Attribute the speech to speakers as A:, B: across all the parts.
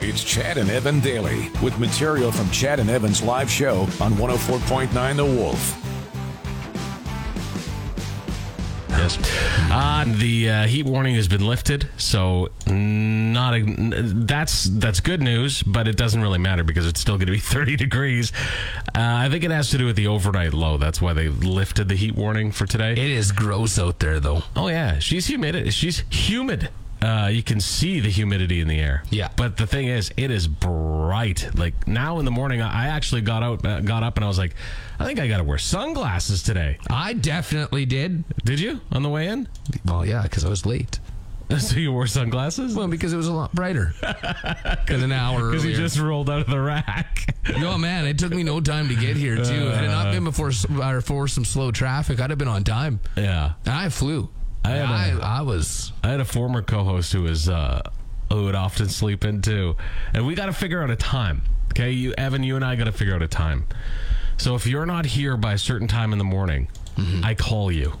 A: It's Chad and Evan Daily with material from Chad and Evan's live show on 104.9 The Wolf.
B: Yes. Uh, the uh, heat warning has been lifted, so not a, that's that's good news, but it doesn't really matter because it's still going to be 30 degrees. Uh, I think it has to do with the overnight low. That's why they lifted the heat warning for today.
C: It is gross out there, though.
B: oh yeah, she's humid. She's humid. Uh, you can see the humidity in the air.
C: Yeah.
B: But the thing is, it is bright. Like now in the morning, I I actually got out, uh, got up, and I was like, I think I got to wear sunglasses today.
C: I definitely did.
B: Did you on the way in?
C: Well, yeah, because I was late.
B: So you wore sunglasses?
C: Well, because it was a lot brighter than an hour
B: Because
C: earlier.
B: he just rolled out of the rack.
C: no, man, it took me no time to get here, too. Had it not been before s- or for some slow traffic, I'd have been on time.
B: yeah.
C: And I flew.
B: I had
C: I,
B: a-
C: I was.
B: I had a former co host who was, uh, who would often sleep in too. And we got to figure out a time. Okay. You, Evan, you and I got to figure out a time. So if you're not here by a certain time in the morning, I call you.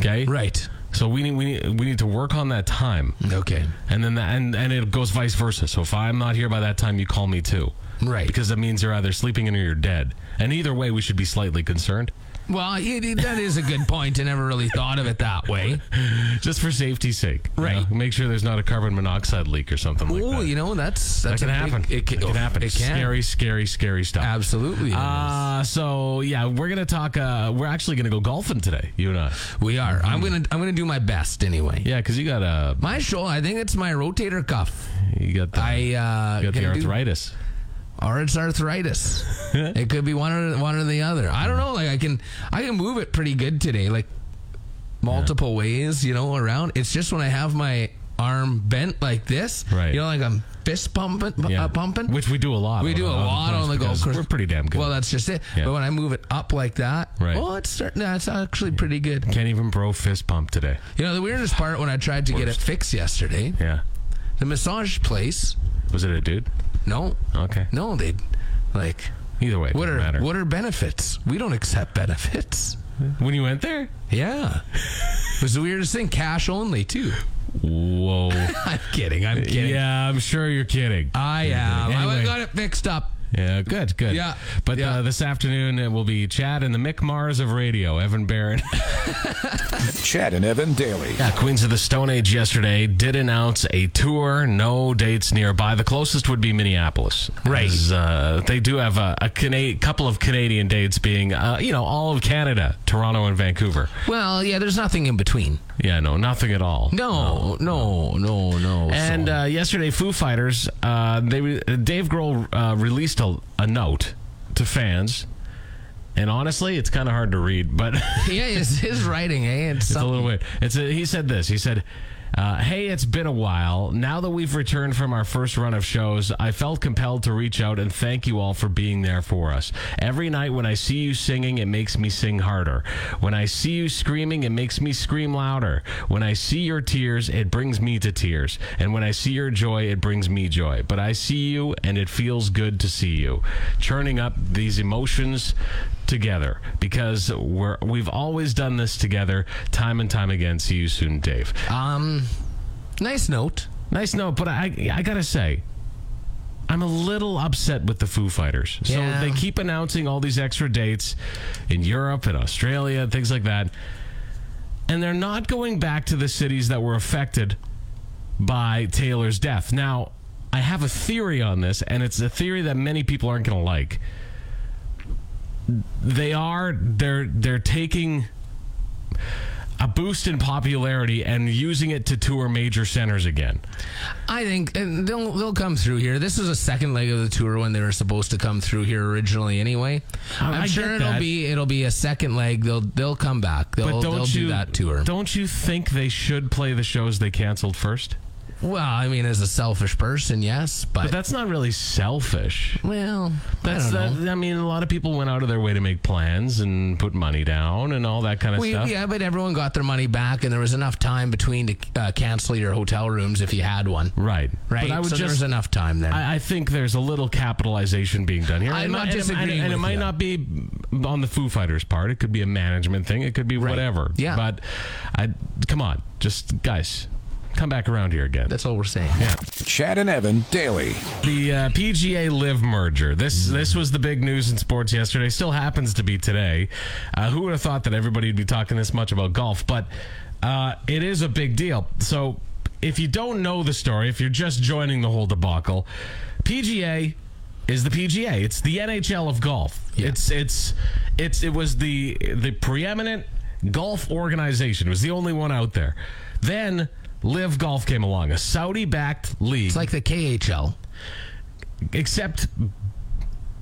B: Okay.
C: Mm-hmm. Right.
B: So we need, we need, we need to work on that time.
C: Okay.
B: And then that, and, and it goes vice versa. So if I'm not here by that time, you call me too.
C: Right.
B: Because that means you're either sleeping in or you're dead. And either way, we should be slightly concerned.
C: Well, it, it- that is a good point. I never really thought of it that way.
B: Just for safety's sake. you
C: Right.
B: know? Make sure there's not a carbon monoxide leak or something like
C: Oh,
B: that.
C: you know, that's.
B: That
C: that's
B: can
C: a
B: happen.
C: big- it can, oh,
B: happen.
C: It can.
B: Scary, scary, scary stuff.
C: Absolutely.
B: Uh, so yeah, we're gonna talk. Uh, we're actually gonna go golfing today, you and I.
C: we are. I'm gonna. I'm gonna do my best anyway.
B: Yeah, because you got uh,
C: My shoulder. I think it's my rotator cuff.
B: you got the,
C: I uh,
B: you got the
C: can do-
B: arthritis.
C: or it's arthritis. it could be one or one or the other. I don't know. Like I can I can move it pretty good today, like multiple ways, you know, around. It's just when I have my arm bent like this,
B: Right.
C: You know, like I'm fist pumping, bu-
B: Yeah.
C: uh, pumping.
B: which we do a lot.
C: we
B: on
C: do a
B: the-
C: lot on
B: course
C: the golf
B: because
C: course.
B: We're pretty damn good.
C: Well, that's just it.
B: Yeah.
C: But when I move it up like that,
B: Right.
C: well, it's starting. That's actually pretty good.
B: Can't even bro fist pump today.
C: You know, the weirdest part when I tried to get it fixed yesterday,
B: Yeah,
C: the massage place,
B: was it a dude?
C: no,
B: Okay.
C: no, they like
B: Either way, it
C: What
B: doesn't
C: are
B: matter.
C: what are benefits? We don't accept benefits.
B: When you went there?
C: Yeah. it was the weirdest thing. Cash only too.
B: Whoa.
C: I'm kidding. I'm kidding.
B: yeah, I'm sure you're kidding.
C: I am. I
B: Anyway.
C: went and got it fixed up.
B: Yeah, good, good.
C: Yeah,
B: But
C: yeah.
B: Uh, this afternoon it will be Chad and the Mick Mars of radio, Evan Barron.
A: Chad and Evan Daily.
B: yeah, Queens of the Stone Age yesterday did announce a tour, no dates nearby. The closest would be Minneapolis. Right. uh, they do have a, a Cana- couple of Canadian dates being, uh, you know, all of Canada, Toronto and Vancouver.
C: Well, yeah, there's nothing in between.
B: Yeah, no, nothing at all.
C: No, no, no, no.
B: And
C: so-
B: uh, yesterday, Foo Fighters, uh, they re- Dave Grohl uh, released a, a note to fans, and honestly, it's kind of hard to read, but
C: yeah, it's his writing, eh? It's,
B: it's a
C: some-
B: little weird. It's a, he said this. He said. Uh, hey, it's been a while. Now that we've returned from our first run of shows, I felt compelled to reach out and thank you all for being there for us. Every night when I see you singing, it makes me sing harder. When I see you screaming, it makes me scream louder. When I see your tears, it brings me to tears. And when I see your joy, it brings me joy. But I see you, and it feels good to see you. Churning up these emotions together because we're, we've always done this together, time and time again. See you soon, Dave.
C: um, nice note.
B: Nice note, but I, I gotta say, I'm a little upset with the Foo Fighters. So
C: Yeah.
B: they keep announcing all these extra dates in Europe and Australia and things like that. And they're not going back to the cities that were affected by Taylor's death. Now, I have a theory on this, and it's a theory that many people aren't going to like. They are they're they're taking a boost in popularity and using it to tour major centers again.
C: I think and they'll they'll come through here. This is a second leg of the tour when they were supposed to come through here originally. Anyway,
B: I-
C: I'm
B: I
C: sure
B: get
C: it'll
B: that.
C: be it'll be a second leg. They'll they'll come back. They'll,
B: But
C: they'll
B: don't you
C: do that tour.
B: Don't you think they should play the shows they canceled first?
C: Well, I mean, as a selfish person, yes, but,
B: But that's not really selfish.
C: well,
B: That's
C: I don't know.
B: that, I mean, a lot of people went out of their way to make plans and put money down and all that kind of
C: We,
B: stuff.
C: yeah, but everyone got their money back, and there was enough time between to uh, cancel your hotel rooms if you had one,
B: Right.
C: right?
B: But I would
C: so there was
B: just.
C: enough time then.
B: I I think there's a little capitalization being done here. And
C: I'm not
B: it- and it-
C: disagreeing
B: And it
C: with
B: might
C: you.
B: not be on the Foo Fighters' part. It could be a management thing. It could be whatever.
C: Yeah.
B: But I come on, just guys, Come back around here again.
C: That's all we're saying.
A: Chad and Evan daily.
B: The uh, PGA Live merger. This this was the big news in sports yesterday. Still happens to be today. Uh, who would have thought that everybody would be talking this much about golf? But uh, it is a big deal. So if you don't know the story, if you're just joining the whole debacle, PGA is the PGA. It's the NHL of golf. It's it's it's it was the the preeminent golf organization. It was the only one out there. Then. Live Golf came along, a Saudi-backed league
C: It's like the KHL.
B: except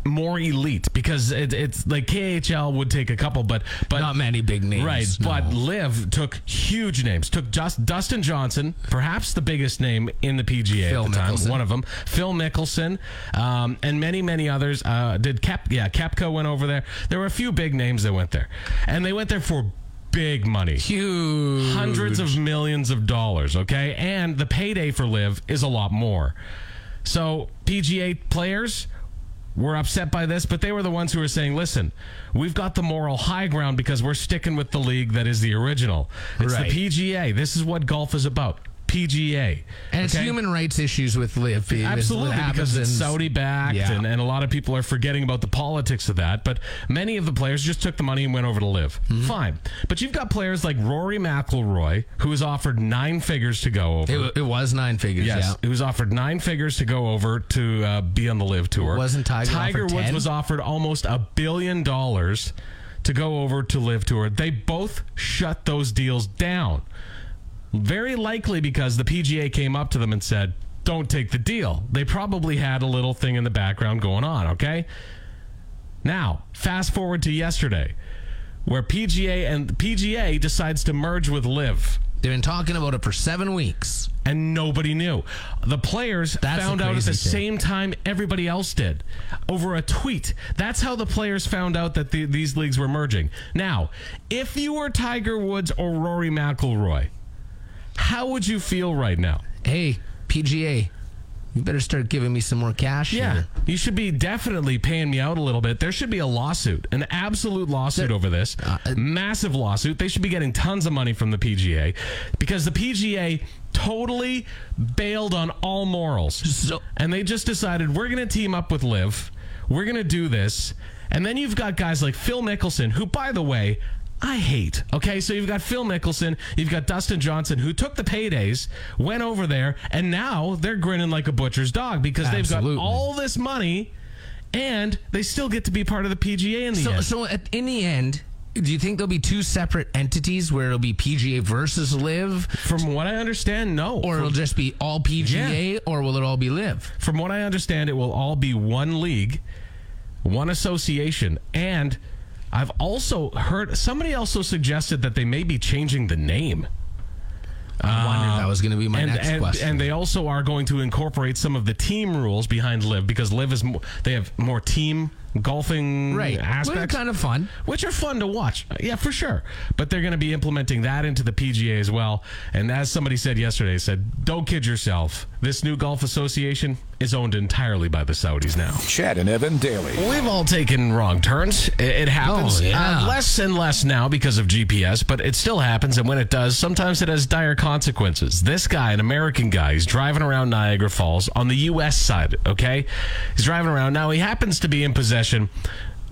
B: more elite because it, it's like KHL would take a couple, but but
C: Not many big names.
B: right.
C: no.
B: But Liv took huge names. Took just Dustin Johnson, perhaps the biggest name in the PGA
C: Phil
B: at the time,
C: Mickelson.
B: one of them. Phil Mickelson, um, and many many others. Uh, did Cap? Yeah, Capco went over there. There were a few big names that went there, and they went there for big money
C: huge.
B: hundreds of millions of dollars, okay? And the payday for Live is a lot more. So, PGA players were upset by this, but they were the ones who were saying, listen, we've got the moral high ground because we're sticking with the league that is the original. It's
C: Right.
B: the PGA. This is what golf is about. PGA.
C: And it's
B: okay?
C: human rights issues with Live. It- it
B: Absolutely,
C: happens
B: because it's
C: in-
B: Saudi backed,
C: Yeah.
B: and, and a lot of people are forgetting about the politics of that. But many of the players just took the money and went over to live.
C: Mm-hmm.
B: Fine, but you've got players like Rory McIlroy, who was offered nine figures to go over.
C: It, wa- it was nine figures.
B: Yes,
C: Yeah.
B: who was offered nine figures to go over to uh, be on the live tour.
C: Wasn't Tiger
B: Tiger
C: offered
B: Woods
C: 10?
B: was offered almost a billion dollars to go over to live tour. They both shut those deals down. Very likely because the PGA came up to them and said, "Don't take the deal." They probably had a little thing in the background going on, okay? Now, fast forward to yesterday where PGA and PGA decides to merge with Live
C: They've been talking about it for seven weeks.
B: and nobody knew. The players
C: That's
B: found
C: the
B: out at the
C: crazy
B: same
C: thing.
B: time everybody else did over a tweet. That's how the players found out that the, these leagues were merging. Now, if you were Tiger Woods or Rory McIlroy, how would you feel right now?
C: Hey, PGA, you better start giving me some more cash.
B: Yeah,
C: here.
B: you should be definitely paying me out a little bit. There should be a lawsuit, an absolute lawsuit over this.
C: Uh,
B: Massive lawsuit. They should be getting tons of money from the PGA because the PGA totally bailed on all morals.
C: So-
B: and they just decided we're going to team up with Liv. We're going to do this. And then you've got guys like Phil Mickelson, who, by the way, I hate. Okay, so you've got Phil Mickelson, you've got Dustin Johnson, who took the paydays, went over there, and now they're grinning like a butcher's dog because they've
C: Absolutely.
B: got all this money, and they still get to be part of the PGA in the
C: So,
B: end.
C: so at, in the end, do you think there'll be two separate entities where it'll be PGA versus Live,
B: From what I understand, no.
C: or it'll just be all PGA, or will it all be Live?
B: From what I understand, it will all be one league, one association, and I've also heard somebody also suggested that they may be changing the name.
C: I wondered if that was going to be my
B: Um, and,
C: next
B: and,
C: question.
B: and they also are going to incorporate some of the team rules behind Live because Live is mo- they have more team golfing
C: right, Well,
B: aspects
C: kind of fun.
B: which are fun to watch. Yeah, for sure. But they're going to be implementing that into the PGA as well. And as somebody said yesterday, said, "Don't kid yourself. This new golf association is owned entirely by the Saudis now."
A: Chad and Evan daily.
B: We've all taken wrong turns. I- It happens
C: Oh, yeah.
B: uh, less and less now because of GPS, but it still happens. And when it does, sometimes it has dire consequences. This guy, an American guy, he's driving around Niagara Falls on the U.S. side, okay? He's driving around. Now, he happens to be in possession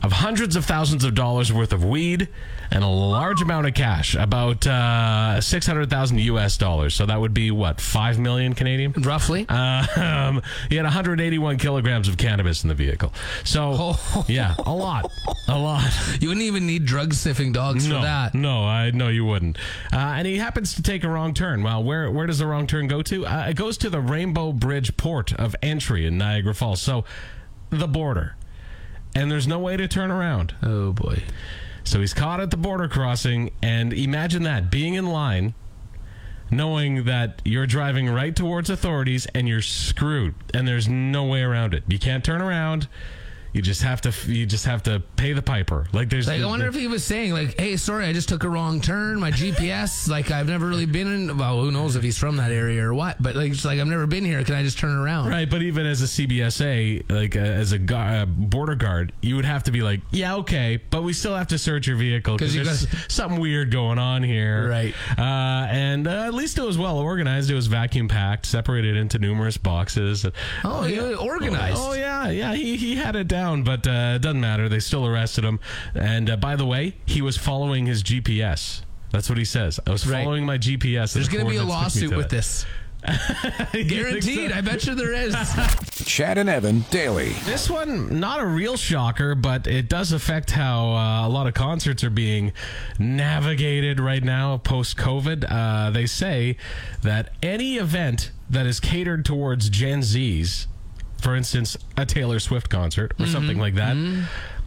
B: of hundreds of thousands of dollars worth of weed and a large amount of cash, about uh, 600,000 U.S. dollars. So that would be, what, 5 million Canadian?
C: Roughly,
B: Um, he had 181 kilograms of cannabis in the vehicle. So,
C: Oh.
B: yeah, a lot, a lot.
C: you wouldn't even need drug sniffing dogs
B: No,
C: for that.
B: no, I no, you wouldn't. Uh, and he happens to take a wrong turn. Well, where where does the wrong turn go to? Uh, it goes to the Rainbow Bridge port of entry in Niagara Falls. So, the border, and there's no way to turn around.
C: Oh boy,
B: So he's caught at the border crossing, and imagine that being in line, knowing that you're driving right towards authorities and you're screwed, and there's no way around it. You can't turn around. You just have to. You just have to pay the piper. Like there's.
C: Like I wonder if he was saying like, "Hey, sorry, I just took a wrong turn. My GPS, like, I've never really been in. Well, who knows if he's from that area or what? But like, it's like I've never been here. Can I just turn around?
B: Right, but even as a CBSA, like uh, as a gu- uh, border guard, you would have to be like, yeah, okay, but we still have to search your vehicle
C: 'Cause
B: because
C: you
B: there's something weird going on here.
C: Right.
B: Uh, and uh, at least it was well organized. It was vacuum packed, separated into numerous boxes.
C: Oh, he was organized.
B: Oh yeah, yeah. He he had it down, but uh, it doesn't matter. They still arrested him. And uh, by the way, he was following his GPS. That's what he says. I was
C: Right.
B: following my GPS.
C: There's gonna be a lawsuit with this. Guaranteed. I bet you there is.
A: Chad and Evan daily.
B: This one, not a real shocker, but it does affect how uh, a lot of concerts are being navigated right now post COVID. Uh, they say that any event that is catered towards Gen Zs, for instance, a Taylor Swift concert
C: Mm-hmm.
B: or something like that,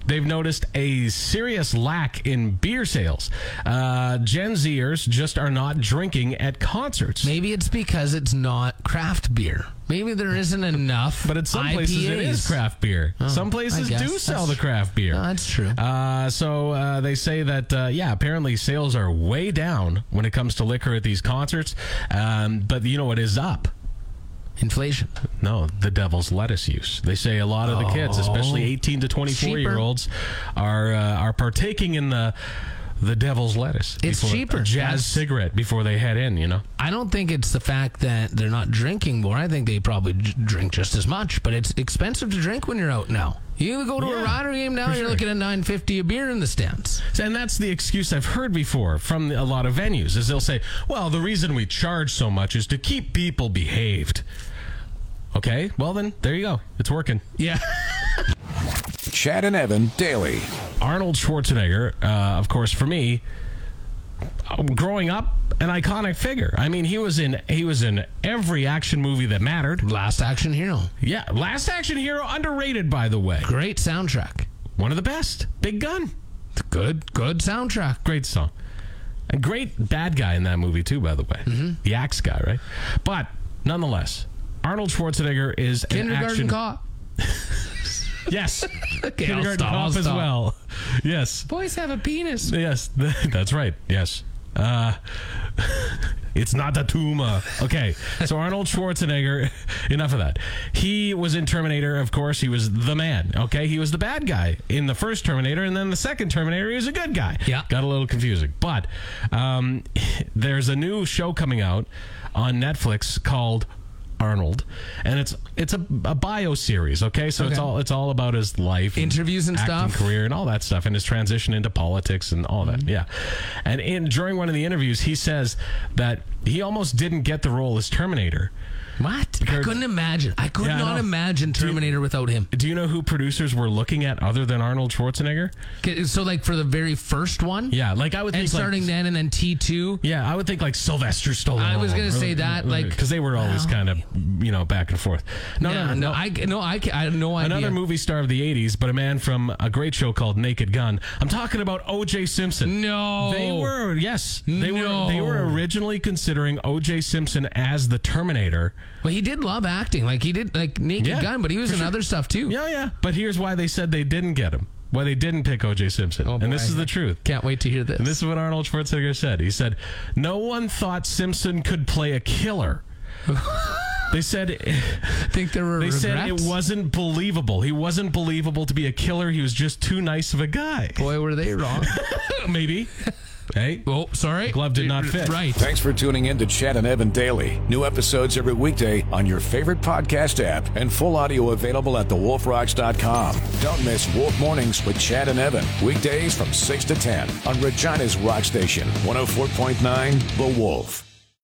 B: they've noticed a serious lack in beer sales. Uh, Gen Zers just are not drinking at concerts.
C: Maybe it's because it's not craft beer. Maybe there isn't enough.
B: But at some places it is
C: IPAs.
B: craft beer. some places
C: Oh, I guess
B: do sell
C: that's
B: the craft beer.
C: No, that's true.
B: Uh, so uh, they say that uh, yeah, apparently sales are way down when it comes to liquor at these concerts. Um, but you know what is up?
C: Inflation.
B: No, the devil's lettuce use. They say a lot of the kids, especially eighteen to twenty-four
C: Oh. Cheaper.
B: year olds, are uh, are partaking in the the devil's lettuce.
C: It's
B: before-
C: cheaper.
B: a jazz
C: That's-
B: cigarette before they head in. You know.
C: I don't think it's the fact that they're not drinking more. I think they probably j- drink just as much, but it's expensive to drink when you're out now. You go to
B: Yeah,
C: a Rider game now,
B: for
C: you're
B: sure.
C: looking at nine fifty a beer in the stands.
B: And that's the excuse I've heard before from a lot of venues is they'll say, "Well, the reason we charge so much is to keep people behaved." Okay, well then, there you go. It's working.
C: Yeah.
A: Chad and Evan daily.
B: Arnold Schwarzenegger, uh, of course, for me, uh, growing up, an iconic figure. I mean, he was in he was in every action movie that mattered.
C: Last Action Hero.
B: Yeah, Last Action Hero, underrated by the way,
C: Great soundtrack.
B: one of the best. Big Gun,
C: Good, good soundtrack.
B: great song. A great bad guy in that movie too, by the way.
C: Mm-hmm.
B: The axe guy, right? But nonetheless, Arnold Schwarzenegger is an
C: Kindergarten
B: action.
C: Cop.
B: Yes,
C: Okay, I'll
B: kindergarten
C: stop, I'll
B: cop as
C: stop.
B: well. Yes,
C: Boys have a penis.
B: Yes, th- that's right. Yes. Uh, it's not a tumor. Okay, so Arnold Schwarzenegger, enough of that. He was in Terminator, of course. He was the man, okay? He was the bad guy in the first Terminator, and then the second Terminator, he was a good guy.
C: Yeah.
B: Got a little confusing. But um, there's a new show coming out on Netflix called. Arnold, and it's it's a, a bio series, okay? So it's
C: Okay.
B: all it's all about his life, and
C: Interviews and
B: acting
C: stuff? Mm-hmm.
B: career and all that stuff and his transition into politics and all that yeah and in during one of the interviews he says that he almost didn't get the role as terminator
C: What? I couldn't imagine. I could
B: Yeah, I
C: not
B: know.
C: imagine Terminator without him.
B: do you know who producers were looking at other than arnold schwarzenegger
C: 'Kay, So, like, for the very first one,
B: yeah like i would
C: and
B: think like-
C: starting then, and then T2.
B: yeah i would think like sylvester stallone
C: I was gonna say that, like-
B: because they were always kind of you know back and forth no no
C: Yeah,
B: no,
C: no, I, no, I, ca- I have no idea.
B: Another movie star of the 80s, but a man from a great show called Naked Gun. I'm talking about O.J. Simpson.
C: No.
B: They were yes. They
C: Oh. No.
B: were they were originally considering O.J. Simpson as the Terminator.
C: Well, he did love acting. Like he did, like Naked
B: Yeah,
C: Gun, but he was in other stuff too.
B: Yeah, yeah. But here's why they said they didn't get him. Why they didn't pick O.J. Simpson.
C: Oh,
B: and this
C: boy.
B: is the truth.
C: Can't wait to hear this.
B: And this is what Arnold Schwarzenegger said. He said, "No one thought Simpson could play a killer." they said
C: Think there were
B: they
C: regrets.
B: said it wasn't believable. He wasn't believable to be a killer. He was just too nice of a guy.
C: Boy, were they wrong.
B: Maybe. hey.
C: oh, sorry.
B: Glove did not fit.
C: Right.
A: Thanks for tuning in to Chad and Evan daily. New episodes every weekday on your favorite podcast app and full audio available at thewolfrocks.com. Don't miss Wolf Mornings with Chad and Evan. oh Weekdays from 6 to 10 on Regina's Rock Station, 104.9 The Wolf.